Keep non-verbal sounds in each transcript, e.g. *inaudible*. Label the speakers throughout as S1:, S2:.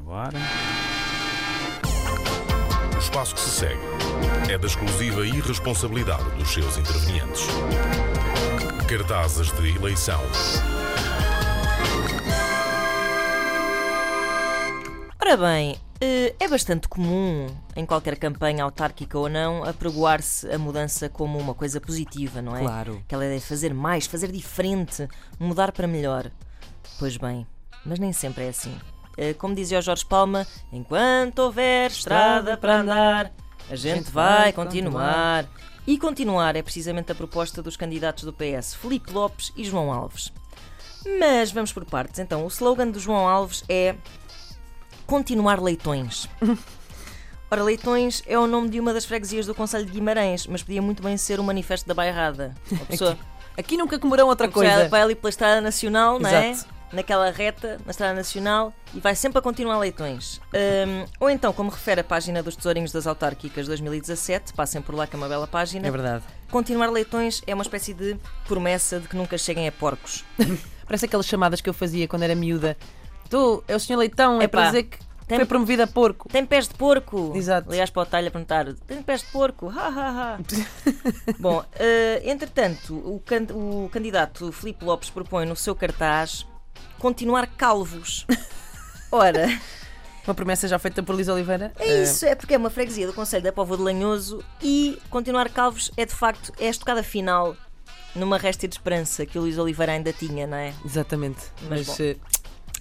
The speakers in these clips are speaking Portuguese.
S1: Agora.
S2: O espaço que se segue é da exclusiva irresponsabilidade dos seus intervenientes. Cartazes de eleição.
S3: Ora bem, eh, é bastante comum, em qualquer campanha autárquica ou não, apregoar-se a mudança como uma coisa positiva, não é?
S4: Claro.
S3: Aquela ideia de fazer mais, fazer diferente, mudar para melhor. Pois bem, mas nem sempre é assim. Eh, Como dizia o Jorge Palma, enquanto houver estrada para andar, a gente vai continuar. E continuar é precisamente a proposta dos candidatos do PS, Filipe Lopes e João Alves. Mas vamos por partes. Então, o slogan do João Alves é continuar *laughs* leitões. Ora, Leitões é o nome de uma das freguesias do Conselho de Guimarães, mas podia muito bem ser o Manifesto da Bairrada. *laughs* Uma pessoa
S4: Aqui nunca comerão outra
S3: já
S4: coisa.
S3: vai ali pela Estrada Nacional, não é?
S4: Exato.
S3: Naquela reta, na Estrada Nacional, e vai sempre a continuar Leitões. Hum, ou então, como refere a página dos Tesourinhos das Autárquicas 2017, passem por lá que é uma bela página,
S4: É verdade.
S3: continuar Leitões é uma espécie de promessa de que nunca cheguem a porcos.
S4: Parece aquelas chamadas que eu fazia quando era miúda. Tu, é o senhor Leitão, é
S3: Epá,
S4: para dizer que
S3: tem-
S4: foi promovido a porco.
S3: Tem pés de porco?
S4: Exato.
S3: Aliás, para o talho a perguntar: tem pés de porco? Ha,
S4: *laughs*
S3: ha, ha. Bom, eh, entretanto, o, can- o candidato Filipe Lopes propõe no seu cartaz continuar
S4: *laughs*
S3: calvos. Ora,
S4: Uma promessa já feita por Luís Oliveira. Eh,
S3: é isso, é porque é uma freguesia do Conselho da Póvoa de Lanhoso e continuar calvos é de facto é a estocada final numa resta de esperança que o Luís Oliveira ainda tinha, não é?
S4: Exatamente.
S3: Mas
S4: Mas,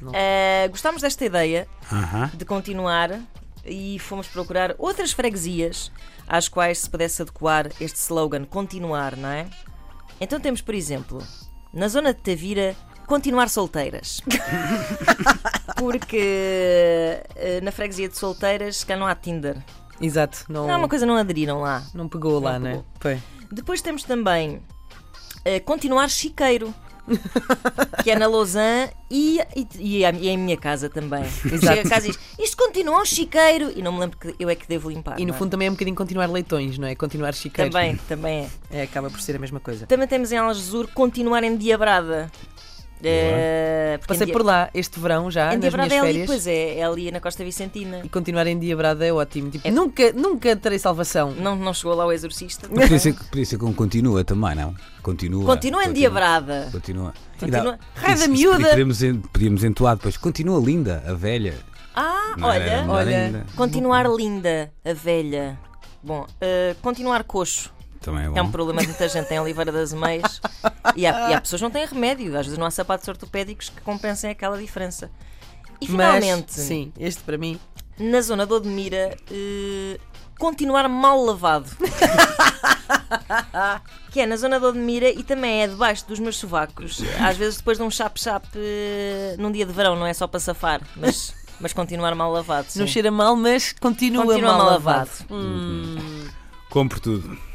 S3: bom.
S4: eh,
S3: Eh, gostámos desta ideia,
S1: Aham.
S3: de continuar e fomos procurar outras freguesias às quais se pudesse adequar este slogan continuar, não é? Então temos, por exemplo, na zona de Tavira, continuar solteiras. Porque eh, na freguesia de solteiras cá não há Tinder.
S4: exato. Não,
S3: Não, é uma coisa não aderiram lá.
S4: não pegou lá, não é?
S3: pegou.
S4: Foi.
S3: Depois temos também eh, continuar chiqueiro. Que é na Lausanne e, e, e a- e em minha casa
S4: *laughs*
S3: também. Chega a casa e diz: Isto continua um chiqueiro! E não me lembro que eu é que devo limpar.
S4: E no
S3: não é?
S4: fundo também é um bocadinho continuar leitões, não é? Continuar chiqueiro.
S3: Também, Então, também é.
S4: É, acaba por ser a mesma coisa.
S3: Também temos em Algesur continuar em Diabrada. Eh, porque em
S4: Passei
S3: Dia-
S4: por lá este verão já,
S3: Em
S4: nas minhas
S3: Diabrada é ali,
S4: férias.
S3: pois é, é ali na Costa Vicentina.
S4: E continuar em Diabrada é ótimo. Tipo, Nunca, nunca terei salvação.
S3: Não, não chegou lá o exorcista.
S1: Podia ser, podia ser com é um continua também, não? Continua.
S3: Continua em Diabrada.
S1: Continua.
S3: Continua.
S4: Raio da
S1: Isso- isso
S4: miúda.
S1: Podíamos, en- podíamos entoar depois. Continua linda, a velha.
S3: Ah,
S1: Não era-
S3: olha.
S1: era melhor
S4: olha.
S1: ainda.
S3: Continuar linda, a velha. Bom, eh, continuar coxo.
S1: Também é bom.
S3: É um problema de muita gente em Oliveira das Meias e, há, e há pessoas que não têm remédio. Às vezes não há sapatos ortopédicos que compensem aquela diferença. E finalmente,
S4: Mas, sim, este para mim.
S3: na zona de Odmira, eh, continuar mal
S4: *laughs*
S3: lavado. que é na zona de Odmira e também é debaixo dos meus sovacos. Às vezes depois de um chap-chap eh, num dia de verão, não é só para safar, mas, mas continuar mal lavado. sim.
S4: Não cheira mal, mas continua,
S3: Continua mal lavado.
S1: Compro tudo.